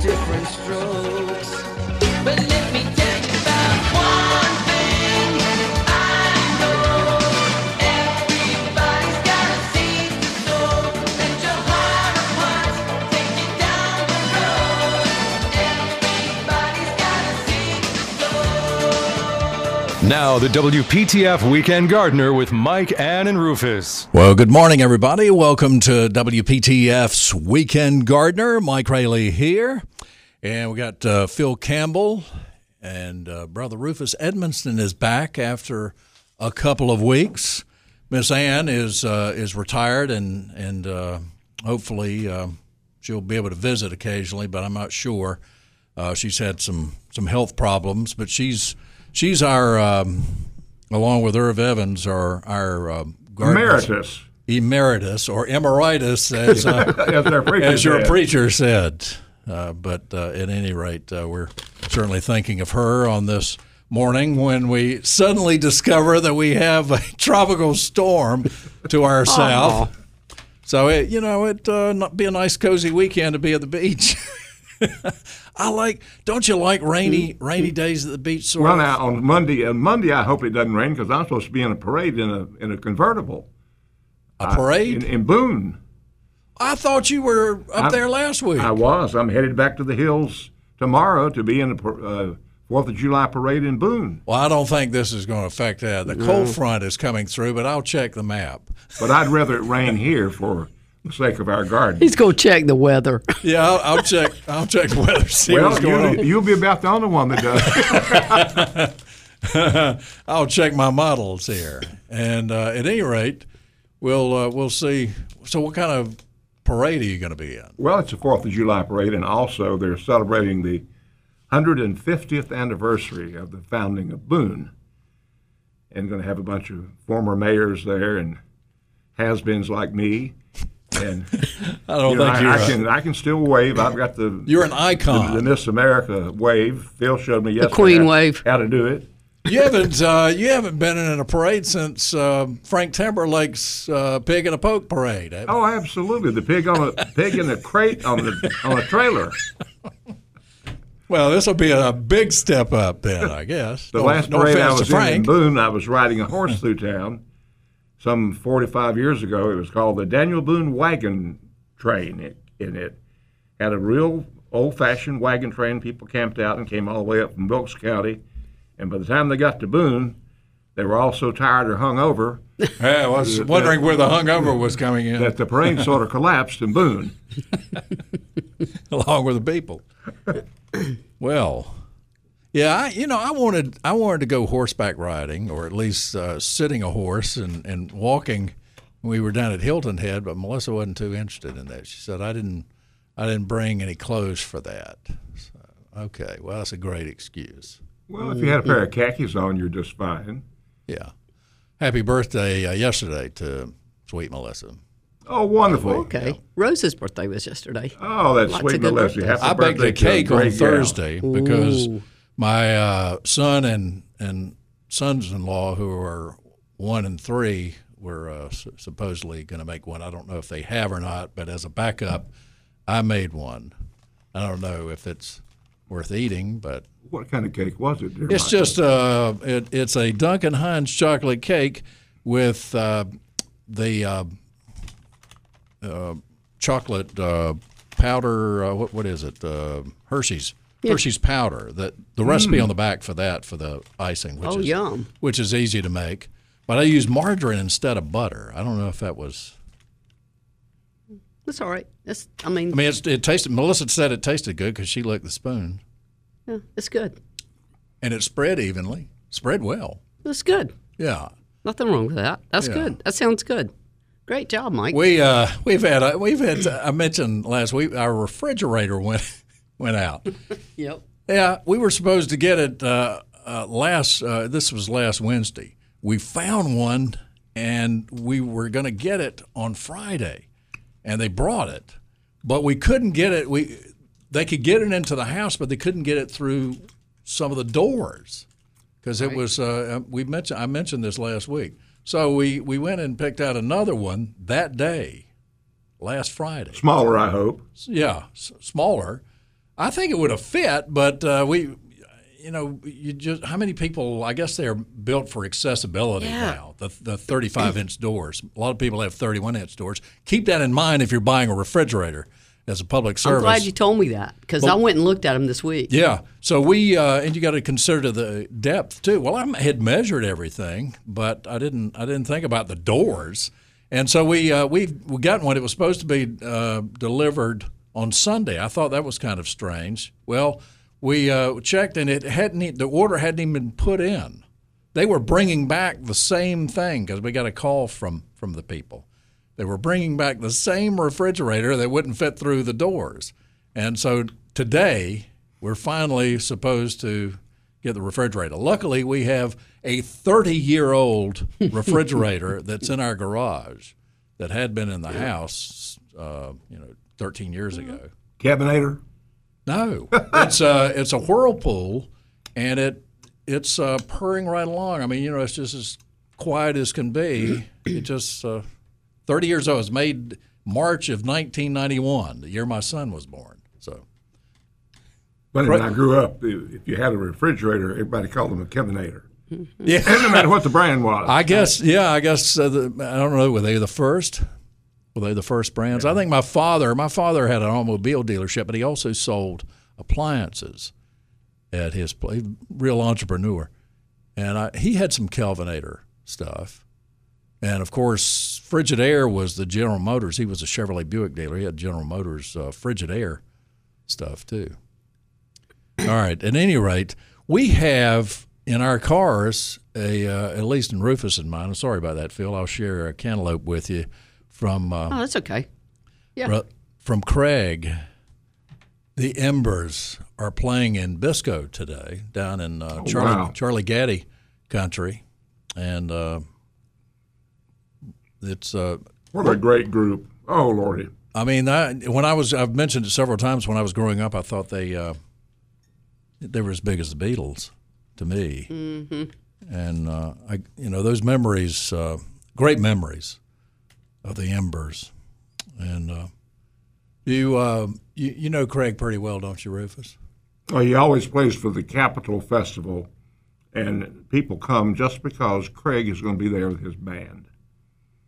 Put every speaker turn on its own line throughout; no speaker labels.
different strokes. But let me tell you about one thing I know. Everybody's got a seed to sow. Let your heart of hearts take you down the road. Everybody's got a seed to sow.
Now, the WPTF Weekend Gardener with Mike, Ann, and Rufus.
Well, good morning, everybody. Welcome to WPTF's Weekend Gardener. Mike Rayleigh here. And we got uh, Phil Campbell and uh, Brother Rufus Edmonston is back after a couple of weeks. Miss Ann is uh, is retired and and uh, hopefully um she'll be able to visit occasionally, but I'm not sure. Uh, she's had some some health problems, but she's she's our um, along with Irv Evans our our um, gardeners-
Emeritus.
emeritus or emeritus as uh,
As their preacher
as your
said.
preacher said. Uh, but uh, at any rate, uh, we're certainly thinking of her on this morning when we suddenly discover that we have a tropical storm to our south. So it, you know, it uh, not be a nice cozy weekend to be at the beach. I like. Don't you like rainy rainy days at the beach? Sort
Well,
of?
now on Monday, on Monday I hope it doesn't rain because I'm supposed to be in a parade in a in a convertible
a parade.
in, in Boone.
I thought you were up there last week.
I was. I'm headed back to the hills tomorrow to be in the par- uh, Fourth of July parade in Boone.
Well, I don't think this is going to affect that. The cold front is coming through, but I'll check the map.
But I'd rather it rain here for the sake of our garden.
He's going to check the weather.
Yeah, I'll, I'll check. I'll check the weather. See
Well,
what's going
you, you'll be about the only one that does.
on. I'll check my models here, and uh, at any rate, we'll uh, we'll see. So, what kind of parade are you going to be in?
well, it's the Fourth of July parade, and also they're celebrating the 150th anniversary of the founding of Boone, and going to have a bunch of former mayors there and has-beens like me. And
I don't
you know,
think
I,
you're.
I
a-
can I can still wave. I've got the
you're an
the, the
icon.
Miss America wave. Phil showed me yesterday
Queen
how-
wave.
how to do it.
You haven't uh, you haven't been in a parade since uh, Frank Timberlake's uh, Pig in a Poke parade. have you?
Oh, absolutely! The pig on a pig in a crate on the on a trailer.
Well, this will be a big step up then, I guess.
The
No-
last
no
parade I
offense to
was in, in
Frank.
Boone, I was riding a horse through town. Some 45 years ago, it was called the Daniel Boone Wagon Train. It, and it had a real old-fashioned wagon train. People camped out and came all the way up from Wilkes County. And by the time they got to Boone, they were all so tired or hungover
Yeah, I was wondering where the hungover was coming in,
that the parade sort of collapsed in Boone.
along with the people. Well, yeah, I, you know, I wanted I wanted to go horseback riding, or at least uh, sitting a horse and and walking. We were down at Hilton Head, but Melissa wasn't too interested in that. She said I didn't I didn't bring any clothes for that. So, okay, well that's a great excuse.
Well, if you had a pair of
Mm-hmm.
khakis on, you're just fine.
Yeah, happy birthday uh, yesterday to sweet Melissa.
Oh, wonderful.
Okay. Rose's birthday was yesterday.
Oh, that's
Lots
sweet,
of good
Melissa.
birthdays.
Happy
I baked
birthday
a cake
to
on
great gal.
Thursday because
Ooh.
my uh, son and and sons-in-law who are one and three were uh, s- supposedly going to make one. I don't know if they have or not, but as a backup, I made one. I don't know if it's worth eating, but
What kind of cake was it? dear
it's
Michael?
just uh, it, it's a Duncan Hines chocolate cake with uh, the uh, uh, chocolate uh, powder. Uh, what what is it? Uh, Hershey's Hershey's powder. That the recipe on the back for that for the icing, which
Mm. Oh,
is
yum.
which is easy to make. But I used margarine instead of butter. I don't know if that was.
That's all right. That's, I mean,
I mean, it's, it tasted. Melissa said it tasted good because she licked the spoon,
yeah, it's good.
and it spread evenly. Spread well.
That's good.
Yeah.
Nothing wrong with that. That's
Yeah.
good. That sounds good. Great job, Mike.
We uh, we've had a, we've had I mentioned last week our refrigerator went went out.
yep.
Yeah, we were supposed to get it uh, uh, last. Uh, this was last Wednesday. We found one, and we were going to get it on Friday, and they brought it, but we couldn't get it. We they could get it into the house, but they couldn't get it through some of the doors because it was. Uh, we mentioned I mentioned this last week. So we we went and picked out another one that day, last Friday
smaller, I hope.
yeah, s- smaller. I think it would have fit, but uh, we, you know, you just how many people? I guess they're built for accessibility
Yeah.
now. The the 35 inch doors. A lot of people have 31 inch doors. Keep that in mind if you're buying a refrigerator as a public
I'm
service.
glad you told me that because I went and looked at them this week.
Yeah. So we uh, and you got to consider the depth too. Well, I had measured everything, but I didn't. I didn't think about the doors. And so we uh, we we got one. It was supposed to be uh, delivered on Sunday. I thought that was kind of strange. Well, we uh, checked and it hadn't. e- The order hadn't even been put in. They were bringing back the same thing because we got a call from from the people. They were bringing back the same refrigerator that wouldn't fit through the doors. And so today, we're finally supposed to get the refrigerator. Luckily, we have a 30 year old refrigerator that's in our garage that had been in the house, uh, you know, 13 years ago.
Cabinator.
No, it's a it's a whirlpool, and it it's uh, purring right along. I mean, you know, it's just as quiet as can be. It just uh, thirty years old. It was made March of 1991, the year my son was born. So
When I grew up, i- if you had a refrigerator, everybody called them a cabinator.
Yeah.
And no matter what the brand was.
I guess, yeah, I guess uh, the, I don't know. Were they the first? Were they the first brands? I think my father, my father had an automobile dealership, but he also sold appliances at his place. Real entrepreneur, and I, he had some Kelvinator stuff, and of course, Frigidaire was the General Motors. He was a Chevrolet Buick dealer. He had General Motors uh, Frigidaire stuff too. All right. At any rate, we have in our cars a uh, at least in Rufus and mine. I'm sorry about that, Phil. I'll share a cantaloupe with you from uh,
Oh, that's okay. yeah.
Ru- from Craig. The Embers are playing in Bisco today down in uh, Charlie
wow.
Charlie Gaddy country, and uh, it's uh,
what a great group. Oh, Lordy.
I mean, I, when I was, I've mentioned it several times. When I was growing up, I thought they uh, they were as big as the Beatles to me, mm-hmm. and uh, I, you know, those memories, uh, great memories of the Embers, and uh, you, uh, you you know Craig pretty well, don't you, Rufus?
Well, Oh, he always plays for the Capitol Festival, and people come just because Craig is going to be there with his band.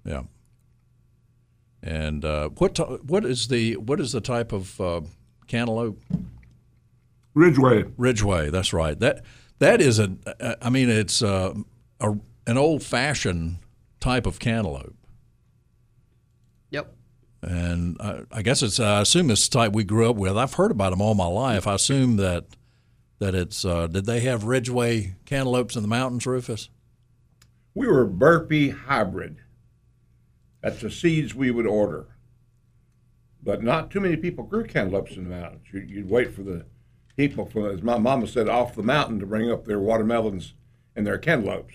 Yeah. And uh, what ti what is the what is the type of uh, cantaloupe?
Ridgeway.
Ridgeway. That's right. That that is a. a- I mean, it's a, a an old fashioned type of cantaloupe,
Yep.
and I, I guess it's. I assume it's the type we grew up with. I've heard about them all my life. I assume that that it's. Uh, did they have Ridgeway cantaloupes in the mountains, Rufus?
We were Burpee hybrid. That's the seeds we would order. But not too many people grew cantaloupes in the mountains. You- You'd wait for the people, from, as my mama said, off the mountain to bring up their watermelons and their cantaloupes.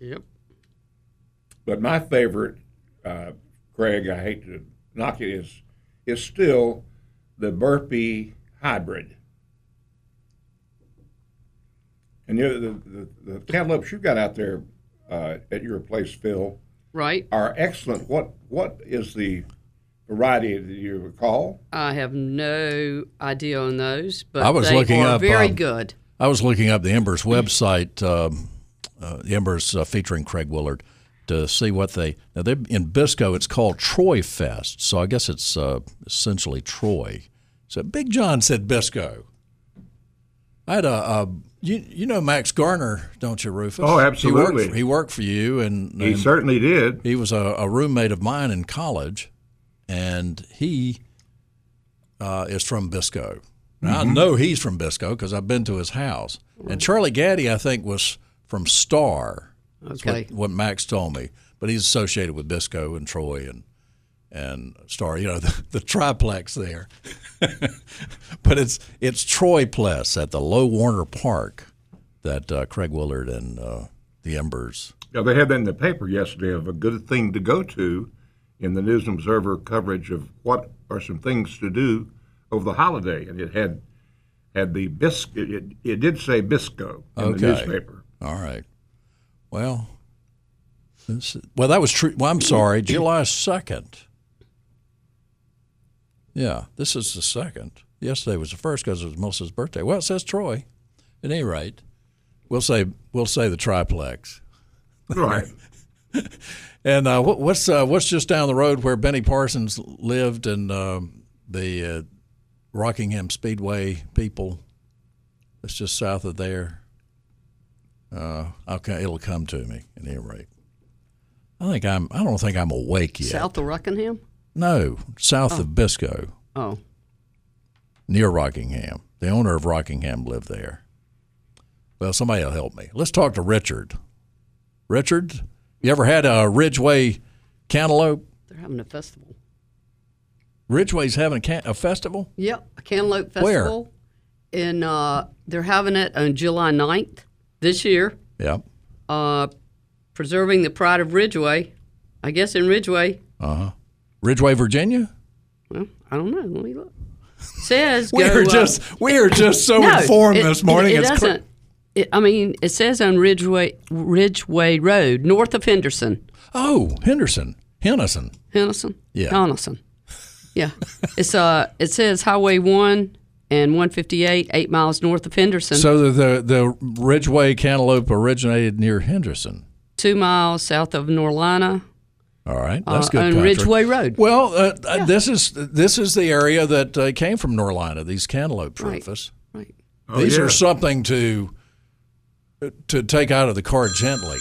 Yep.
But my favorite, uh, Craig, I hate to knock it, is is still the Burpee hybrid. And the, the, the, the cantaloupes you got out there uh, at your place, Phil,
Right.
are excellent. What what is the variety that you recall?
I have no idea on those, but
I was
they
looking
are
up,
very
um,
good.
I was looking up the Embers website, um, uh, the Embers uh, featuring Craig Willard, to see what they now they in Bisco. It's called Troy Fest, so I guess it's uh, essentially Troy. So Big John said Bisco. I had a, a you you know Max Garner, don't you, Rufus?
Oh, absolutely.
He worked, he worked for you, and, and
certainly did.
he was a, a roommate of mine in college, and he uh, is from Bisco. Now, I know he's from Bisco because I've been to his house. And Charlie Gaddy, I think, was from Star. That's
Okay.
what, what Max told me. But he's associated with Bisco and Troy and and Star. You know the, the triplex there. but it's it's Troy Pless at the Low Warner Park that uh, Craig Willard and uh, the Embers
Yeah, they had that in the paper yesterday of a good thing to go to in the News and Observer coverage of what are some things to do over the holiday. And it had had the bisc it, it, it did say Bisco in
Okay.
the newspaper.
All right. Well, this, well, that was true. Well, I'm sorry, July second. Yeah, this is the second. yesterday was the first because it was Melissa's birthday. Well, it says Troy. At any rate, we'll say we'll say the triplex.
Right.
And uh, what, what's uh, what's just down the road where Benny Parsons lived and um, the uh, Rockingham Speedway people? It's just south of there. Uh, okay, it'll come to me at any rate. I think I'm. I don't think I'm awake yet.
South of Rockingham?
No, south of Biscoe,
Oh,
near Rockingham. The owner of Rockingham lived there. Well, somebody will help me. Let's talk to Richard. Richard, you ever had a Ridgeway cantaloupe?
they're having a festival.
Ridgeway's having a, can- a festival.
Yep, a Cantaloupe
Where?
Festival. And uh, they're having it on July 9th this year,
Yeah.
uh, preserving the pride of Ridgeway. I guess in Ridgeway,
Ridgeway, Virginia.
well, I don't know. Let me look. Says
We
go,
are
uh,
just we are just so
no,
informed
it-
this morning.
It, it
it's cr-
doesn't. It, I mean, it says on Ridgeway Ridgeway Road, north of Henderson.
oh Henderson, Henderson.
Henderson?
Yeah.
Donaldson. Yeah. it's uh it says Highway one and one fifty eight, eight miles north of Henderson,
So the, the the Ridgeway cantaloupe originated near Henderson.
two miles south of Norlina.
All right, that's
Uh,
good.
on
country.
Ridgeway Road.
Well, uh, uh this is this is the area that uh, came from Norlina. These cantaloupe
Right.
trees.
Right.
Oh,
These
yeah.
are something to to take out of the car gently.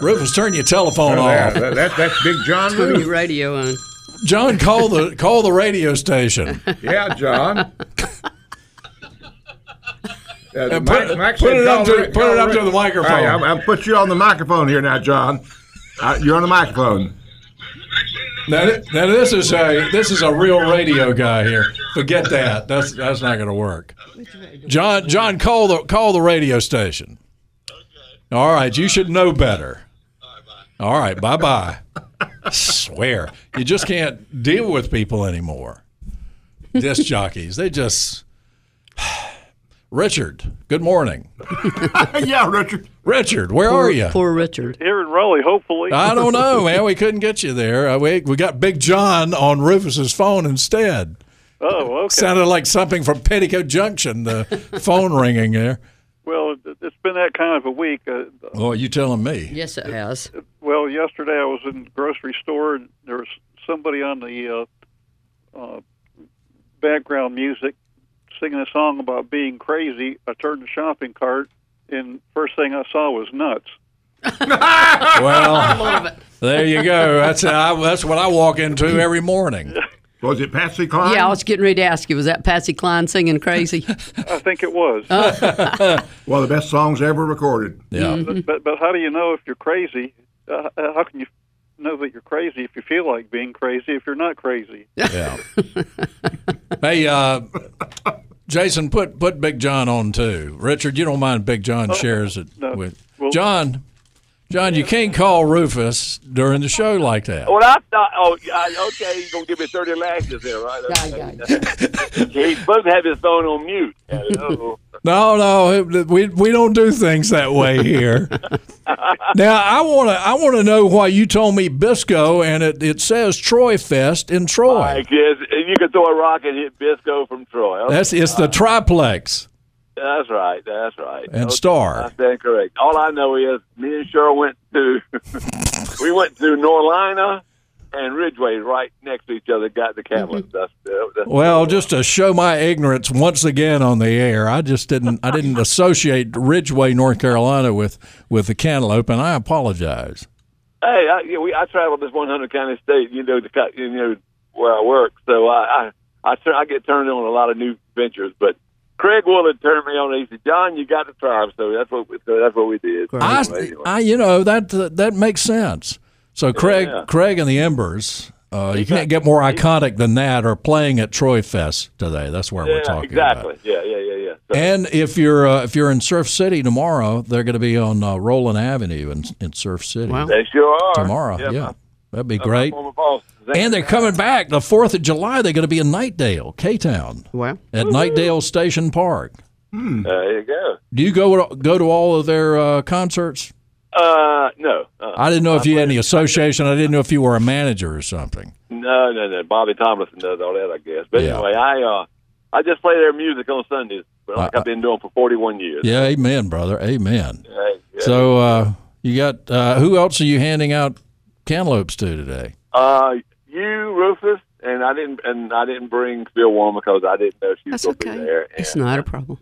Rufus, Oh, turn your telephone
Yeah,
off.
that, that, that's Big John
Turn your
Roof.
radio on.
John, call the call the radio station.
Yeah, John. Uh,
And put- put
said
it up
call
to-
Ri-
put it
call
up
Ri-
to the microphone.
All right, I'm, I'm put you on the microphone here now, John. Uh, you're on the microphone.
Now, th- now this is a this is a real radio guy here. Forget that. That's that's not going to work. John John call the call the radio station. All right, you should know better. All right, bye bye. Swear you just can't deal with people anymore. Disc jockeys, they just. Richard, good morning.
yeah, Richard.
Richard, where are you?
Poor Richard.
Here in Raleigh, hopefully.
I don't know, man. We couldn't get you there. Uh, We we got Big John on Rufus's phone instead.
oh, okay.
Sounded like something from Petticoat Junction, the phone ringing there.
well, it- it's been that kind of a week. Uh,
Oh, you telling me?
Yes, it has.
well, yesterday I was in the grocery store and there was somebody on the uh, uh, background music singing a song about being crazy. I turned the shopping cart and first thing I saw was nuts.
Well,
Love it.
there you go. That's I, that's what I walk into every morning.
Was it Patsy Cline?
Yeah, I was getting ready to ask you, was that Patsy Cline singing crazy? Oh.
I think it was.
Uh,
One of the best songs ever recorded.
Yeah.
but, but but how do you know if you're crazy? Uh, uh, how can you know that you're crazy if you feel like being crazy if you're not crazy?
Yeah. Hey, uh, Jason, put put Big John on too. Richard, you don't mind Big John shares it with John. John, you can't call Rufus during the show like that.
Well, I thought, oh, I, okay, he's going to give me 30 lashes there, right?
Yeah, yeah.
He's supposed to have his phone on mute. I don't know.
No, no, we we don't do things that way here. now I want to I want to know why you told me Bisco and it, it says Troy Fest in Troy.
Like, yes, if you could throw a rock and hit Bisco from Troy. Okay,
That's it's the triplex
uh, that's right. That's right.
and
Okay, I
Star.
stand correct. All I know is me and Cheryl went to, we went to Norlina and Ridgeway right next to each other, got the camera. That's, that's,
Mm-hmm. Well, just to show my ignorance once again on the air, I just didn't I didn't associate Ridgeway, North Carolina, with with the Cantaloupe, and I apologize.
Hey, I, you know, we, I travel this 100 county state, you know, the, co- you know where I work. So I, I, I, turn, I get turned on a lot of new ventures. But Craig Willard turned me on. He said, "John, you got to try 'em." So that's what, we, so that's what we did.
I,
Anyway, anyway.
I you know that uh, that makes sense. So Craig, Craig and the Embers, uh, you can't get more iconic than that. Are playing at Troy Fest today. That's where we're
yeah,
talking
exactly.
about.
Yeah, yeah, yeah, yeah. So,
And if you're uh, if you're in Surf City tomorrow, they're going to be on uh, Roland Avenue in, in Surf City
Wow.
they sure are
tomorrow. Yeah,
Yeah,
that'd be
my- my
great.
former boss.
And they're coming back the Fourth of July. They're going to be in Nightdale, K Town,
Well,
at Nightdale Station Park.
There you go.
Do you go go to all of their uh, concerts?
Uh, no, uh,
I didn't know if you had any association. I didn't know if you were a manager or something.
No, no, no. Bobby Tomlinson does all that, I guess. But
Yeah.
anyway, I uh, I just play their music on Sundays, but
Uh,
like I've been doing for 41 years.
Yeah, amen, brother. Amen.
Hey, yeah.
So uh, you got uh, who else are you handing out cantaloupes to today?
Uh, you, Rufus, and I didn't and I didn't bring Phil Warren because I didn't know she was
That's
going to
okay.
be there. And,
It's not a problem.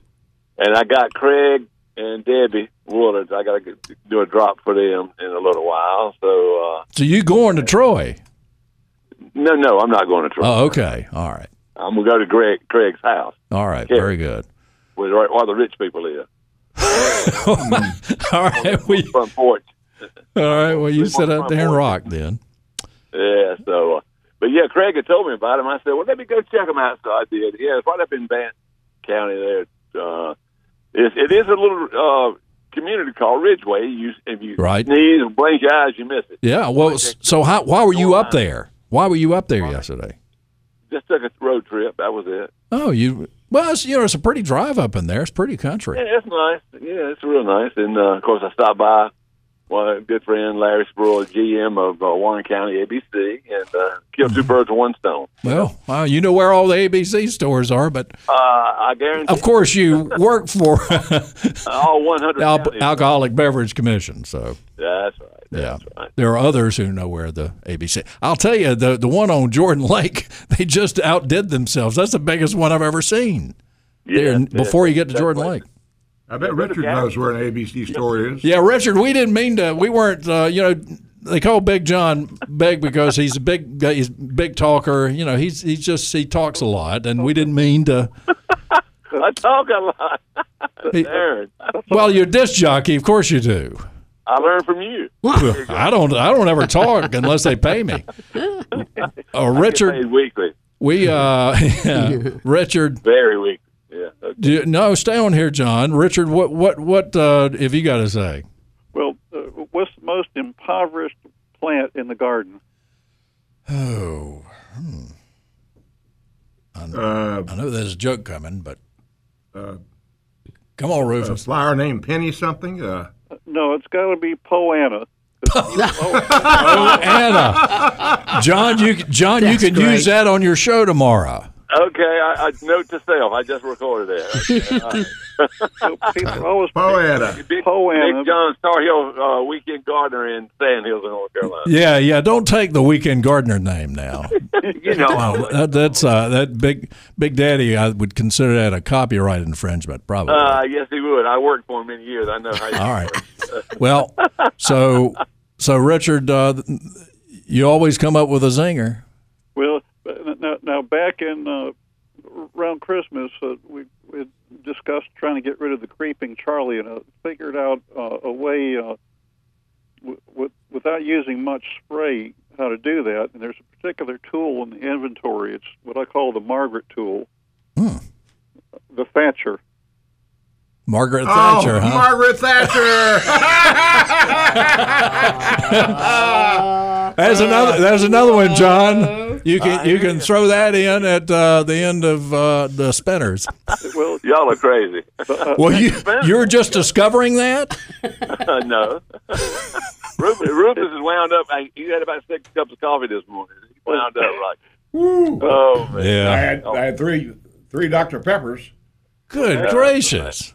and I got Craig and Debbie Woolard. I got to do a drop for them in a little while. So uh,
So you going to Troy?
no, no, I'm not going to try.
Oh, okay. All right.
I'm gonna go to Greg Craig's house,
All right.
Yeah.
Very good.
where, right where the rich people live,
all right. We,
front porch.
all right. Well, you sit out there and rock then.
Yeah, so, uh, but yeah, Craig had told me about him. I said, well, let me go check him out. So I did. Yeah, it's right up in Bant County there. Uh, it, it is a little uh, community called Ridgeway. You, if you
Right.
sneeze and blink your eyes, you miss it.
Yeah. Well, s- so how, why were you up there? Why were you up there yesterday?
Just took a road trip. That was it.
Oh, you. Well, it's, you know, it's a pretty drive up in there. It's pretty country.
Yeah, it's nice. Yeah, it's real nice. And uh, of course, I stopped by my good friend Larry Sproul, GM of uh, Warren County ABC, and uh, killed two birds with one stone.
Well, wow, you know where all the ABC stores are, but
Uh, I guarantee
of course you work for
all 100
Al-
counties-
Alcoholic Beverage Commission. So,
That's right. That's
yeah,
right.
there are others who know where the ABC. I'll tell you, the the one on Jordan Lake, they just outdid themselves. That's the biggest one I've ever seen. there,
yeah.
before you get to Jordan Lake.
I bet Richard knows where an ABC store is.
Yeah, Richard, we didn't mean to. We weren't. Uh, you know, they call Big John big because he's a big. guy, He's a big talker. You know, he's he's just he talks a lot, and we didn't mean to.
I talk a lot.
He-
Aaron,
well, you're a disc jockey, of course you do.
I learned from you.
Well, I don't. I don't ever talk unless they pay me. Uh, Richard,
Paid weekly,
we uh, Richard.
very weekly. Yeah. Okay.
Do you, no, stay on here, John. Richard, what what what uh, have you got to say?
Well, uh, what's the most impoverished plant in the garden?
Oh,
Uh,
I know there's a joke coming, but
Uh,
come on,
a
Rufus.
flower named Penny something. Uh,
No, it's got to be poana.
Anna, John, you John, you
That's
can
great.
use that on your show tomorrow.
Okay, I, I note to self. I just recorded that.
So people always
Poeta.
Big,
Poana.
Big John Star Hill uh, Weekend Gardener in Sand Hills, in North Carolina.
Yeah, yeah. Don't take the weekend gardener name now.
You know,
Wow, that, that's uh, that big big daddy. I would consider that a copyright infringement, probably.
uh, yes, he would. I worked for him many years. I know how. You
All right. Well, so so Richard, uh, you always come up with a zinger.
Well, uh, now, now back in uh, around Christmas, uh, we, we had discussed trying to get rid of the creeping Charlie and uh, figured out uh, a way uh, w- w- without using much spray how to do that. And there's a particular tool in the inventory. It's what I call the Margaret tool, the Thatcher.
Margaret
Oh,
Thatcher, huh?
Margaret Thatcher.
There's another. There's another one, John. You can you can throw that in at uh, the end of uh, the spinners.
Well,
Y'all are crazy.
Well, you you're just discovering that.
no. Rufus, Rufus is wound up. I, he had about six cups of coffee this morning. He wound up like, oh man.
I
Yeah.
had, I had three three Dr Peppers.
Good gracious.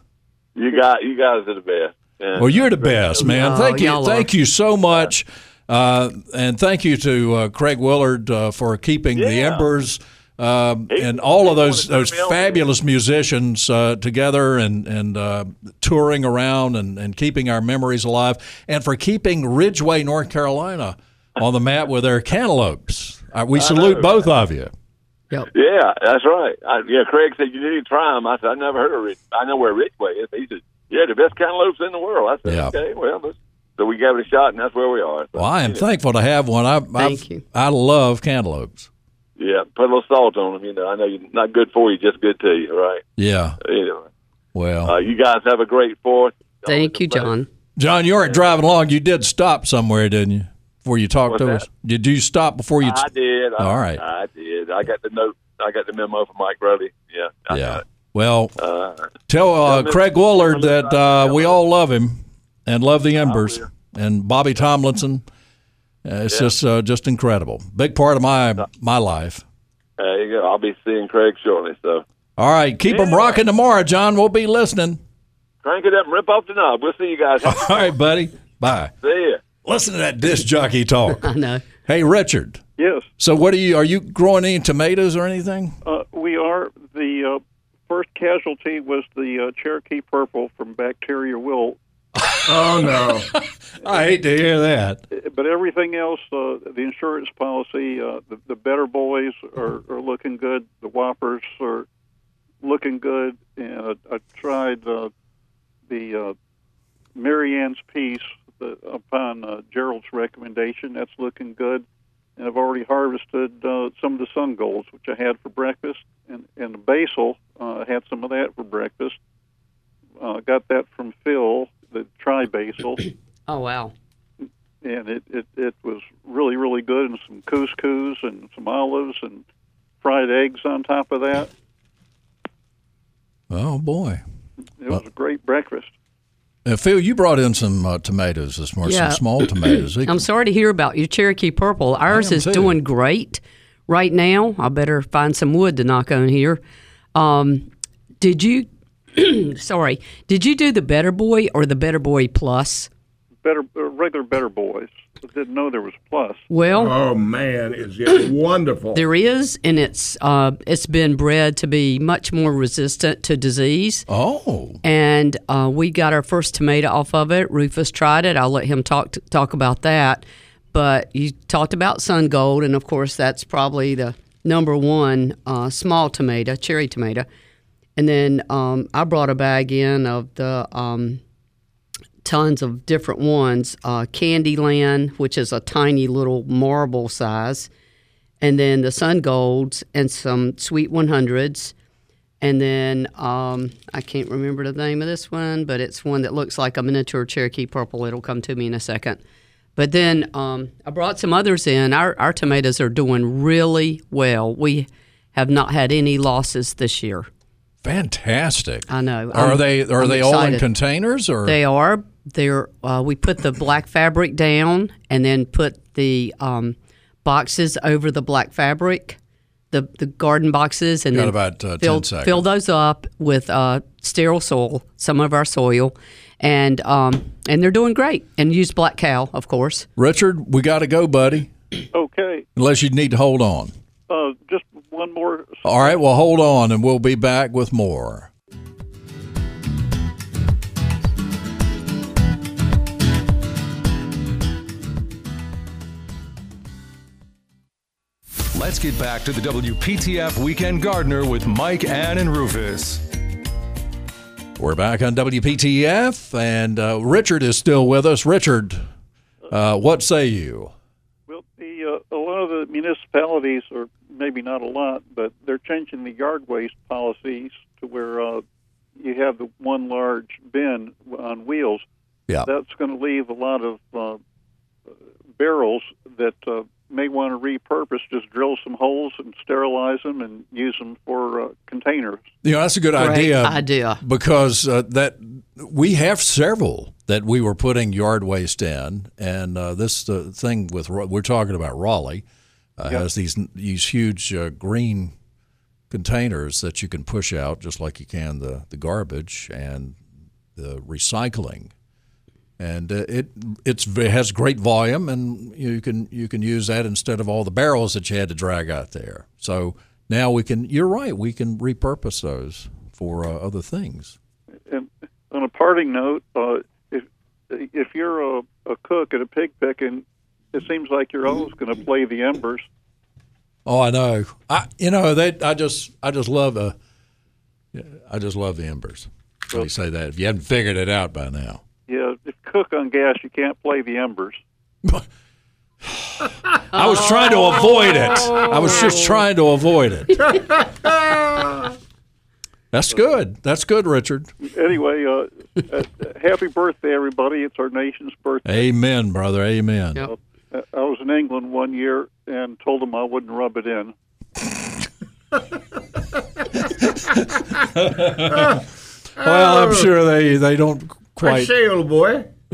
You got you guys are the best. And
Well, you're the best, man.
Oh,
Thank you.
y'all are.
Thank you so much. Uh, and thank you to uh, Craig Willard uh, for keeping the
Yeah.
Embers um, and all of those those fabulous musicians uh, together and and uh, touring around and, and keeping our memories alive, and for keeping Ridgeway, North Carolina, on the map with their cantaloupes. Uh, we salute both of you.
Yeah, that's right. I, yeah, Craig said you need to try them. I said I never heard of Rich. I know where Ridgeway is. He said, "Yeah, the best cantaloupes in the world." I said,
Yeah.
"Okay, well." Let's, so we gave it a shot, and that's where we are. So,
Well, I am thankful to have one. I
Thank
I've-
you.
I love cantaloupes.
yeah, put a little salt on them. You know, I know you're not good for you, just good to you, right?
Yeah.
Anyway,
Well,
uh, you guys have a great fourth.
Thank you, John.
John, you weren't driving along. You did stop somewhere, didn't you? Before you talked
What's
to
that?
us, did you stop before you?
I did. I,
All right.
I did. I got the note. I got the memo from Mike Rowley. Yeah. I
yeah.
got it.
Well,
Uh,
tell uh,
Miss-
Craig Willard
Miss-
that uh, we all love him and love the Embers and Bobby Tomlinson. Uh, it's just uh, just incredible. Big part of my my life.
there you go. I'll be seeing Craig shortly. So
All right, keep them rocking tomorrow, John. We'll be listening.
Crank it up and rip off the knob. We'll see you guys.
All right, buddy. Bye.
see ya.
Listen to that disc jockey talk.
I know.
hey, Richard.
Yes,
So, what are you? Are you growing any tomatoes or anything?
uh, we are. The uh, first casualty was the uh, Cherokee purple from bacteria wilt,
Oh no.
I hate to hear that.
but everything else, uh, the insurance policy, uh, the, the better boys are, are looking good. The whoppers are looking good, and I, I tried uh, the uh, Marianne's piece the, upon uh, Gerald's recommendation. That's looking good, and I've already harvested uh, some of the sun golds, which I had for breakfast, and and the basil. Uh, I had some of that for breakfast. Uh, got that from Phil, the tri basil
Oh wow.
and it, it, it was really, really good, and some couscous and some olives and fried eggs on top of that.
Oh boy,
It was a great breakfast.
now, Phil, you brought in some uh, tomatoes this morning,
Yeah.
some small tomatoes.
I'm sorry to hear about your Cherokee Purple. Ours
am
is
too.
doing great right now. I better find some wood to knock on here. Um, did you? sorry. Did you do the Better Boy or the Better Boy Plus?
Better, uh, regular Better Boys. I didn't know there was a plus.
Well,
Oh man, is it wonderful?
there is, and it's uh, it's been bred to be much more resistant to disease.
Oh,
and uh, we got our first tomato off of it. Rufus tried it. I'll let him talk talk about that. But you talked about sun gold, and of course that's probably the number one uh, small tomato, cherry tomato. And then um, I brought a bag in of the um, tons of different ones, uh, Candyland, which is a tiny little marble size, and then the sun golds and some sweet 100s. And then um, I can't remember the name of this one, but it's one that looks like a miniature Cherokee purple. It'll come to me in a second. But then um, I brought some others in. Our, our tomatoes are doing really well. We have not had any losses this year.
fantastic!
I know.
Are
I'm-
they are
I'm
they all in
excited.
containers or
They are. They're. Uh, we put the black fabric down and then put the um, boxes over the black fabric, the the garden boxes, and
Got
then
about, uh, 10
fill,
seconds.
fill those up with uh, sterile soil, some of our soil, and um, and they're doing great. And use black cow, of course.
Richard? We got to go, buddy.
Okay,
Unless you need to hold on.
uh, just one more.
All right, well, hold on, and we'll be back with more.
Let's get back to the WPTF Weekend Gardener with Mike, Ann, and Rufus.
We're back on WPTF, and uh, Richard is still with us. Richard, uh, what say you?
Well, the, uh, a lot of the municipalities, or maybe not a lot, but they're changing the yard waste policies to where uh, you have the one large bin on wheels.
Yeah.
that's going to leave a lot of uh, barrels that uh, may want to repurpose. Just drill some holes and sterilize them and use them for uh, containers.
You know, that's a good idea.
idea.
Because uh, that we have several that we were putting yard waste in, and uh, this uh, thing with Ra- we're talking about Raleigh uh, has these these huge uh, green containers that you can push out just like you can the the garbage and the recycling, and uh, it it's it has great volume, and you can you can use that instead of all the barrels that you had to drag out there. So now we can. You're right. We can repurpose those for uh, other things.
And on a parting note, uh, if if you're a, a cook at a pig picking, it seems like you're always going to play the embers.
Oh, I know. I you know that I just I just love uh, I just love the embers. Let me say that if you haven't figured it out by now.
Yeah, if you cook on gas, you can't play the embers.
I was trying to avoid it. I was just trying to avoid it. That's good. That's good, Richard.
Anyway, uh, uh, happy birthday, everybody! It's our nation's birthday.
Amen, brother. Amen.
Yep.
Uh, I was in England one year and told them I wouldn't rub it in.
Well, I'm sure they, they don't
I
quite
say, old boy.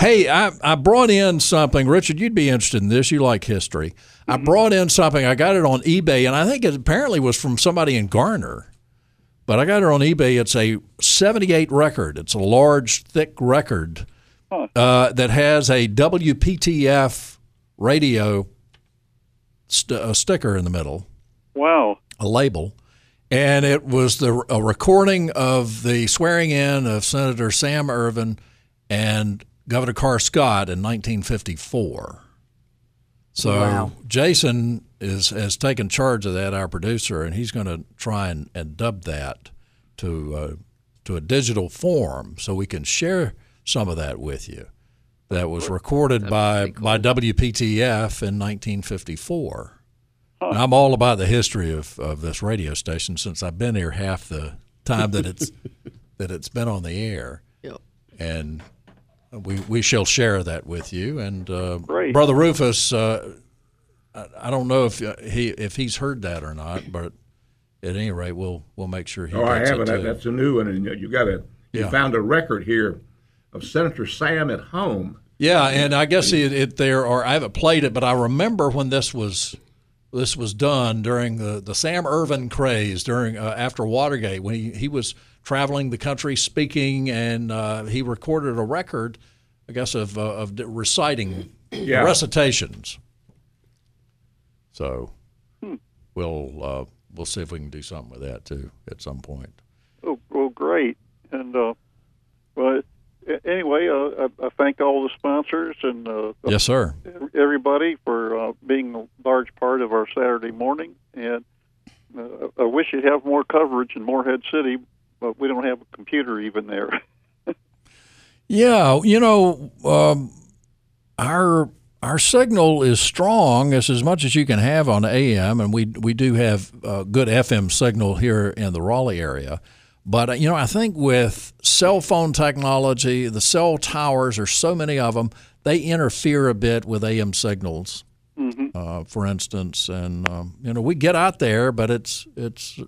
Hey, I, I brought in something. Richard, you'd be interested in this. You like history. I brought in something. I got it on eBay, and I think it apparently was from somebody in Garner. But I got it on eBay. It's a 78 record, it's a large, thick record uh, that has a WPTF radio st- uh, sticker in the middle
Wow.
a label, and it was the a recording of the swearing in of Senator Sam Ervin and Governor Carr Scott in 1954. So
Wow.
Jason is has taken charge of that, our producer, and he's going to try and, and dub that to uh, to a digital form so we can share some of that with you. That was recorded by, by WPTF in 1954. And I'm all about the history of, of this radio station since I've been here half the time that it's that it's been on the air,
Yep.
and we we shall share that with you. And uh,
Great.
brother Rufus, uh, I, I don't know if uh, he if he's heard that or not, but at any rate, we'll we'll make sure he.
Oh, I
gets
haven't.
It
That,
too.
that's a new one, and you, you got a.
Yeah.
You found a record here of Senator Sam at home.
Yeah, and I guess it, it there are. I haven't played it, but I remember when this was this was done during the, the Sam Irvin craze during uh, after Watergate when he, he was traveling the country speaking and uh, he recorded a record, I guess of uh, of reciting
Yeah.
recitations. So we'll uh, we'll see if we can do something with that too at some point.
Oh, well, great. And uh, well, a- anyway, uh, I, I thank all the sponsors and uh,
Yes, sir.
everybody for uh, being a large part of our Saturday morning. And uh, I wish you'd have more coverage in Moorhead City, but we don't have a computer even there.
Yeah, you know, um, our our signal is strong. It's as much as you can have on AM, and we we do have a good FM signal here in the Raleigh area. But uh, you know, I think with cell phone technology, the cell towers are so many of them they interfere a bit with AM signals, uh, for instance. And um, you know, we get out there, but it's it's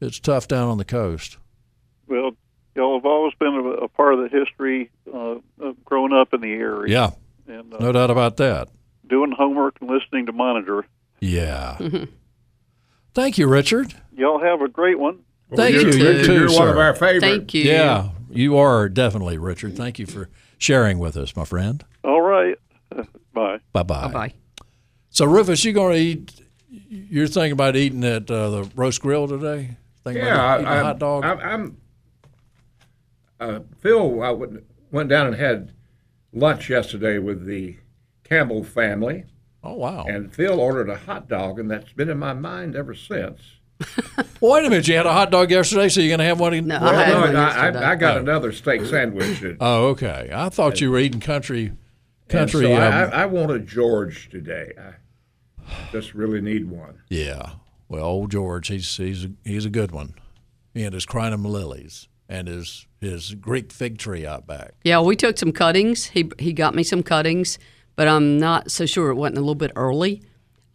it's tough down on the coast.
well, y'all have always been a, a part of the history uh, of growing up in the area
Yeah,
and uh,
no doubt about that.
doing homework and listening to Monitor.
Yeah.
Mm-hmm.
Thank you, Richard.
Y'all have a great one.
Thank you.
You're,
too.
Richard, you're one
sir.
of our favorites.
Thank you.
Yeah, you are definitely Richard. Thank you for sharing with us, my friend.
All right. Bye.
Bye bye.
Bye.
So, Rufus, you going to eat? You're thinking about eating at uh, the roast grill today? Thinking
Yeah,
about
I,
eating
I,
a hot dog.
I, I'm. Uh, Phil, I went, went down and had lunch yesterday with the Campbell family,
oh wow!
and Phil ordered a hot dog, and that's been in my mind ever since.
Well, wait a minute. You had a hot dog yesterday, so you're going to have one? in-
No, I had
no,
one
and I,
yesterday.
I, I got another steak sandwich. and-
Oh, okay. I thought you were eating country.
and
Country.
So
um,
I, I, I want a George today. I just really need one.
Yeah. Well, old George, he's he's a, he's a good one. He had his crinum lilies and his his Greek fig tree out back.
Yeah, we took some cuttings. He he got me some cuttings, but I'm not so sure it wasn't a little bit early.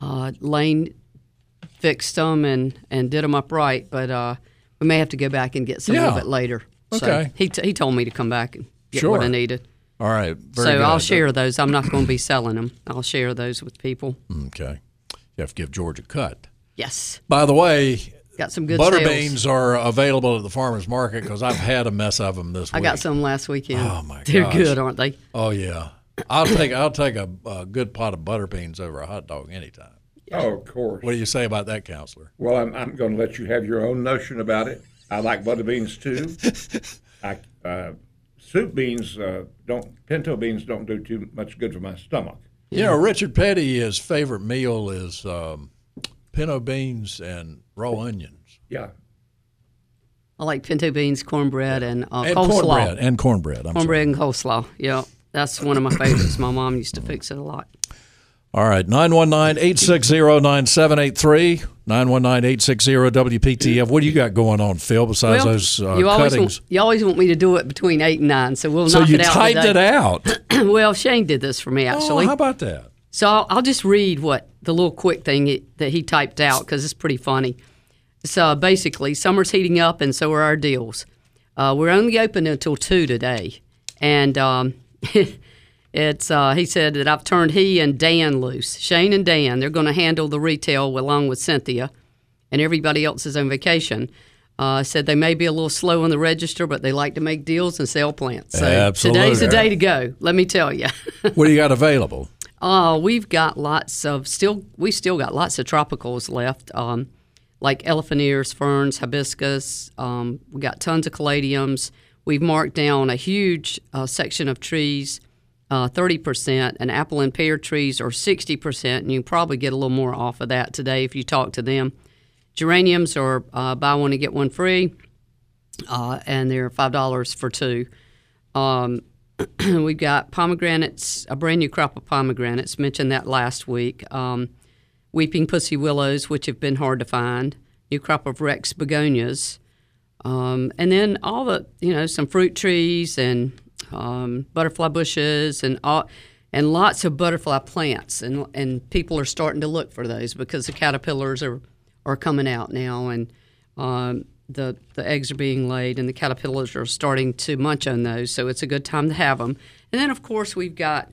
Uh, Lane fixed them and and did them up right, but uh, we may have to go back and get some a
Yeah.
little bit later.
Okay.
So he t- he told me to come back and get what I
Sure.
needed.
All right. Very
so
good.
I'll share those. I'm not going to be selling them. I'll share those with people.
Okay. You have to give George a cut.
Yes,
By the way,
got some good
butter
sales.
beans are available at the farmer's market because I've had a mess of them this week.
I got some last weekend.
Oh, my
They're
gosh.
good, aren't they?
Oh, yeah. I'll take I'll take a, a good pot of butter beans over a hot dog anytime.
Oh, of course.
What do you say about that, counselor?
Well, I'm, I'm going to let you have your own notion about it. I like butter beans too. I, uh, soup beans uh, don't. Pinto beans don't do too much good for my stomach.
You know, Richard Petty, his favorite meal is um, pinto beans and raw onions.
Yeah,
I like pinto beans, cornbread, and, uh,
and
coleslaw.
cornbread and cornbread. I'm sorry.
cornbread and coleslaw. Yeah, that's one of my favorites. My mom used to fix it a lot.
All right, 919-860-9783, 919-860-WPTF. What do you got going on, Phil? Besides
Well,
those uh,
you always
cuttings,
want, you always want me to do it between eight and nine, so we'll
so
knock
you
it out.
typed it out.
out. well, Shane did this for me
oh,
actually.
how about that?
So I'll, I'll just read what the little quick thing it, that he typed out because it's pretty funny. So basically, summer's heating up and so are our deals. Uh, we're only open until 2 today. and um, it's uh, he said that I've turned he and Dan loose. Shane and Dan, they're going to handle the retail along with Cynthia, and everybody else is on vacation. Uh, said they may be a little slow on the register, but they like to make deals and sell plants. So today's the
Absolutely.
day to go. Let me tell you.
What do you got available?
Oh, we've got lots of still. We still got lots of tropicals left, um, like elephant ears, ferns, hibiscus. Um, we got tons of caladiums. We've marked down a huge uh, section of trees, uh, thirty percent, and apple and pear trees are sixty percent, and you can probably get a little more off of that today if you talk to them. Geraniums are uh, buy one and get one free, uh, and they're five dollars for two. Um, we've got pomegranates, a brand new crop of pomegranates. Mentioned that last week. Um, weeping pussy willows, which have been hard to find. New crop of Rex begonias, um, and then all the you know some fruit trees and um, butterfly bushes and all. And lots of butterfly plants, and and people are starting to look for those because the caterpillars are, are coming out now, and um, the the eggs are being laid and the caterpillars are starting to munch on those. So it's a good time to have them. And then of course we've got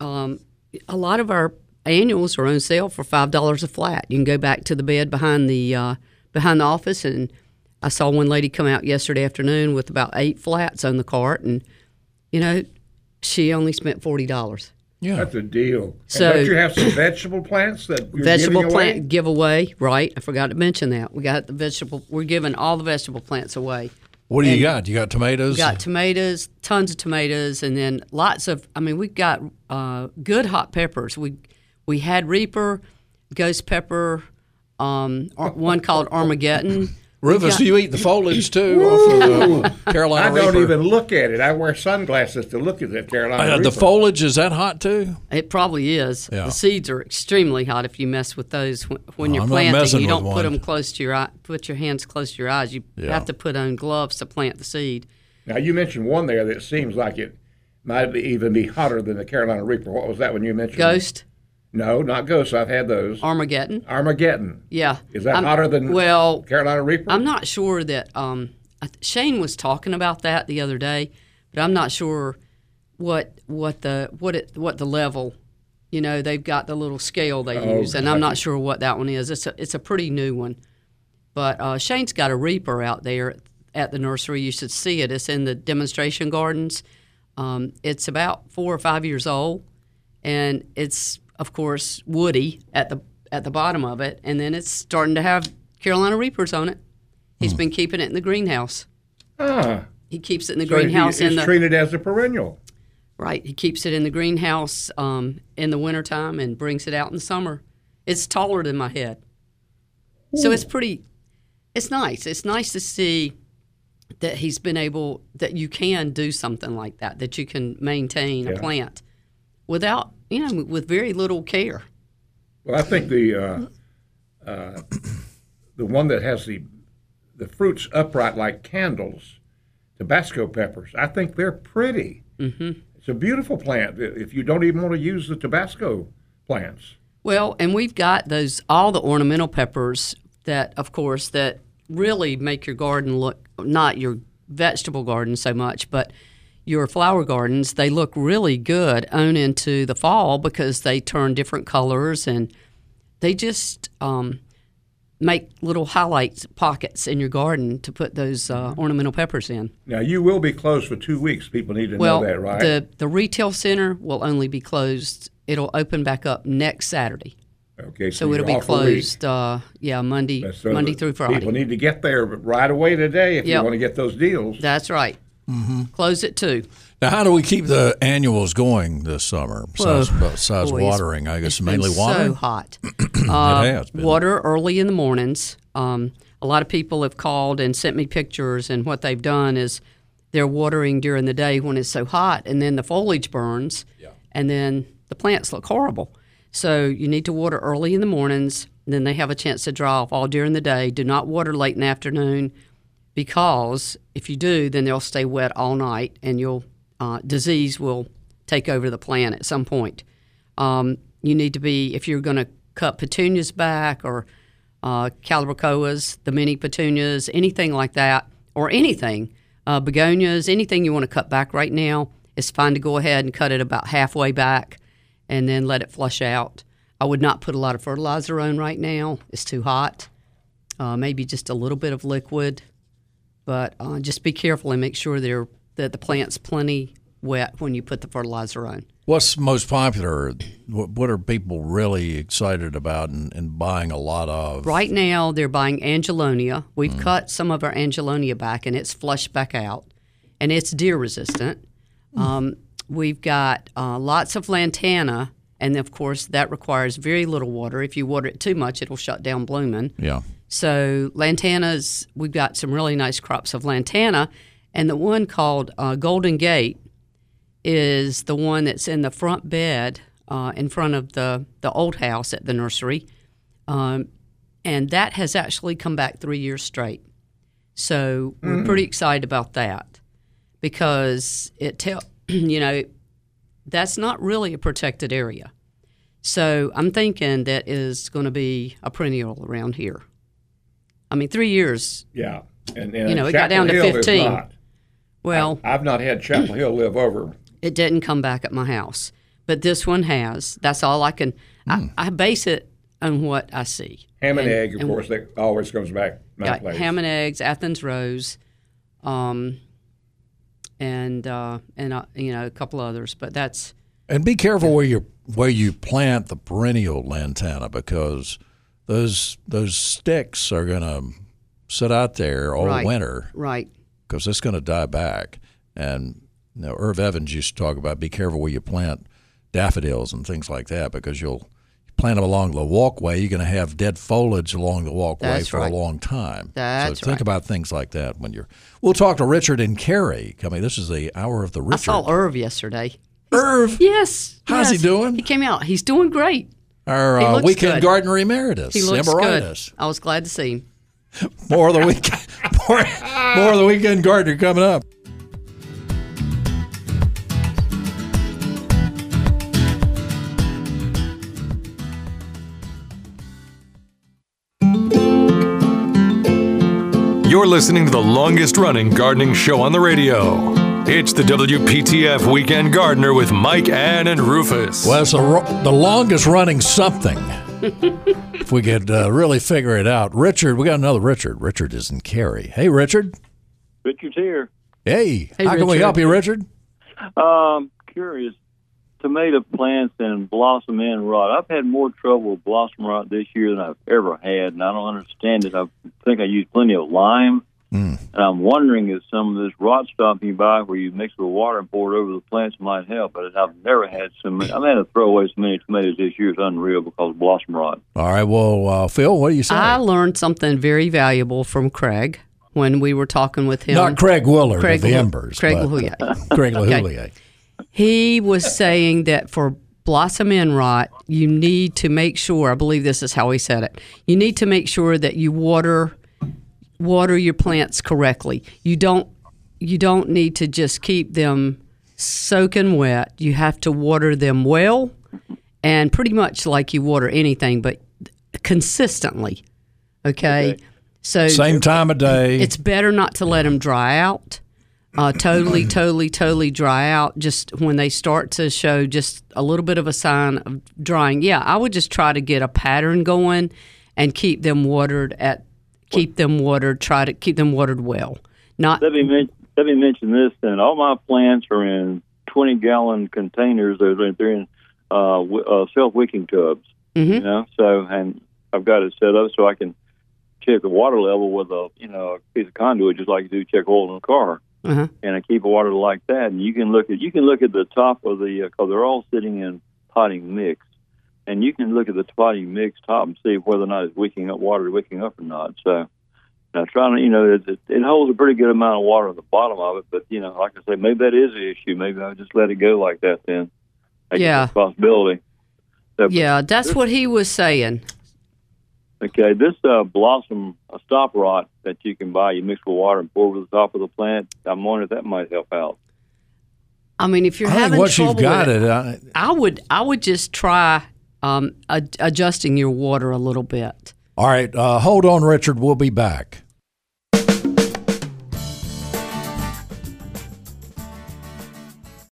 um, a lot of our annuals are on sale for five dollars a flat. You can go back to the bed behind the uh, behind the office, and I saw one lady come out yesterday afternoon with about eight flats on the cart, and you know she only spent forty dollars.
Yeah.
That's a deal.
So-
So, don't you have some vegetable plants that you're
vegetable
giving away?
plant giveaway, right? I forgot to mention that. We got the vegetable. We're giving all the vegetable plants away.
What do you got? You got tomatoes?
We got tomatoes, tons of tomatoes, and then lots of. I mean, we got uh, good hot peppers. We we had Reaper, Ghost Pepper, um, or- one called Armageddon.
Rufus, do you eat the foliage too off of the Carolina
I don't
Reaper?
even look at it. I wear sunglasses to look at that Carolina.
Uh, the
Reaper.
foliage is that hot too?
It probably is.
Yeah.
The seeds are extremely hot if you mess with those when, when you're
I'm not messing
planting. You
with
don't put
one.
them close to your eye. Put your hands close to your eyes. You have to put on gloves to plant the seed.
Now you mentioned one there that seems like it might be- even be hotter than the Carolina Reaper. What was that one you mentioned?
Ghost
No, not ghost. I've had those.
Armageddon.
Armageddon.
Yeah.
Is that
I'm-
hotter than
Well,
Carolina Reaper?
I'm not sure that um, I th- Shane was talking about that the other day, but I'm not sure what what the what it what the level. You know, they've got the little scale they use, and I'm not sure what that one is. It's a it's a pretty new one, but uh, Shane's got a reaper out there at, at the nursery. You should see it. It's in the demonstration gardens. Um, it's about four or five years old, and it's of course woody at the at the bottom of it, and then it's starting to have Carolina reapers on it. He's been keeping it in the greenhouse.
Hmm. ah,
He keeps it in the
so
greenhouse
he,
in
it's
the
treated as a perennial.
right. He keeps it in the greenhouse um, in the wintertime and brings it out in the summer. It's taller than my head, so it's pretty. It's nice. It's nice to see that he's been able that you can do something like that. That you can maintain a plant without you know with very little care.
Well, I think the uh, uh, the one that has the the fruits upright like candles, Tabasco peppers. I think they're pretty. Mm-hmm. It's a beautiful plant. If you don't even want to use the Tabasco plants,
Well, and we've got those all the ornamental peppers that, of course, that really make your garden look not your vegetable garden so much, but your flower gardens. They look really good on into the fall because they turn different colors and they just um, make little highlights pockets in your garden to put those uh, ornamental peppers in.
now you will be closed for two weeks. People need to
Well,
know that, right?
the the retail center will only be closed. It'll open back up next Saturday.
okay,
So it'll
you're
be
off for a week.
closed, uh, yeah, Monday,
So
Monday
the
through
People
Friday.
need to get there right away today if you
Yep.
want to get those deals.
That's right.
Mm-hmm.
Close at two.
Now, how do we keep the annuals going this summer besides, besides
Boy, it's-
watering? I guess mainly
It's
watering.
So hot. Uh,
it has been.
Water early in the mornings. Um, a lot of people have called and sent me pictures, and what they've done is they're watering during the day when it's so hot, and then the foliage burns, and then the plants look horrible. So you need to water early in the mornings. and Then they have a chance to dry off all during the day. Do not water late in the afternoon because if you do, then they'll stay wet all night, and you'll uh, disease will take over the plant at some point. Um, you need to be if you're going to cut petunias back or uh, calibrachoas, the mini petunias, anything like that, or anything. uh, begonias, anything you want to cut back right now, it's fine to go ahead and cut it about halfway back and then let it flush out. I would not put a lot of fertilizer on right now. It's too hot. Uh, maybe just a little bit of liquid, but uh, just be careful and make sure they're, that the plant's plenty wet when you put the fertilizer on.
What's most popular? What what are people really excited about and, and buying a lot of?
Right now, they're buying Angelonia. We've cut some of our Angelonia back, and it's flushed back out, and it's deer resistant. Um, we've got uh, lots of lantana, and of course, that requires very little water. If you water it too much, it'll shut down blooming.
Yeah.
So lantanas, we've got some really nice crops of lantana, and the one called uh, Golden Gate is the one that's in the front bed uh, in front of the the old house at the nursery, um, and that has actually come back three years straight. So we're pretty excited about that because it tell you know that's not really a protected area. So I'm thinking that is going to be a perennial around here. I mean, three years.
Yeah. And, and
You know, it got down to
Chapel Hill is
15.
not.
Well,
I've not had Chapel Hill live over.
it didn't come back at my house, but this one has. That's all I can.
Hmm.
I, I base it on what I see.
Ham and,
And-
egg, of
and-
course, that always comes back. My
Got
place.
ham and eggs, Athens rose, um, and uh, and uh, you know a couple others, but that's
And be careful where you where you plant the perennial lantana because those those sticks are going to sit out there all
Right.
winter
right.
because it's going to die back. And you know, Irv Evans used to talk about be careful where you plant daffodils and things like that because you'll plant them along the walkway. You're going to have dead foliage along the walkway
That's
for
right.
a long time.
That's
so think
right.
about things like that when you're. We'll talk to Richard and Carrie coming. This is the hour of the
I
Richard.
saw Irv yesterday.
Irv,
Yes.
How's he
yes.
doing?
He came out. He's doing great.
our
He
uh,
looks
weekend
good.
gardener emeritus,
He looks
emeritus.
good. I was glad to see him.
More of the week, more, more of the weekend gardener coming up.
You're listening to the longest running gardening show on the radio. It's the WPTF Weekend Gardener with Mike, Ann, and Rufus.
Well, it's the, ro- the longest running something. if we could uh, really figure it out. Richard, we got another Richard. Richard is in Cary. Hey, Richard.
Richard's here.
Hey,
Hey,
how can we
Richard.
help you, Richard?
Um, curious. Tomato plants and blossom end rot. I've had more trouble with blossom rot this year than I've ever had, and I don't understand it. I think I used plenty of lime, and I'm wondering if some of this rot stuff you buy, where you mix it with water and pour it over the plants, might help. But I've never had so many. I've had to throw away so many tomatoes this year. It's unreal because of blossom rot.
All right, well, uh, Phil, what do you say?
I learned something very valuable from Craig when we were talking with him.
Not Craig Willard
Craig
of the
Wu-
Embers.
Craig
but-
Lahuya.
Craig
Okay.
Lahulier.
He was saying that for blossom end rot, you need to make sure. I believe this is how he said it. You need to make sure that you water water your plants correctly. You don't you don't need to just keep them soaking wet. You have to water them well and pretty much like you water anything, but consistently. Okay. So
Same time of day.
it's better not to let them dry out uh, totally totally totally dry out just when they start to show just a little bit of a sign of drying yeah i would just try to get a pattern going and keep them watered at keep them watered try to keep them watered well not
Let me men- let me mention this. Then all my plants are in twenty gallon containers. They're they're in uh, w- uh, self wicking tubs. You know, so and I've got it set up so I can check the water level with a you know a piece of conduit, just like you do check oil in a car.
uh-huh.
And I keep water like that. And you can look at you can look at the top of the because they're all sitting in potting mix. And you can look at the potting mix top and see whether or not it's wicking up water, wicking up or not. So, now, trying to, you know, it, it, it holds a pretty good amount of water at the bottom of it, but, you know, like I say, maybe that is the issue. Maybe I'll just let it go like that then. I guess
Yeah.
that's a possibility. So,
yeah that's what he was saying
Okay, this uh, blossom uh, stop rot that you can buy, you mix with water and pour over the top of the plant, I'm wondering if that might help out.
i mean if you're
I think
having
once
trouble
you've got
with
it, uh, I,
i would i would just try um, ad- adjusting your water a little bit
all right, uh, hold on, Richard. We'll be back.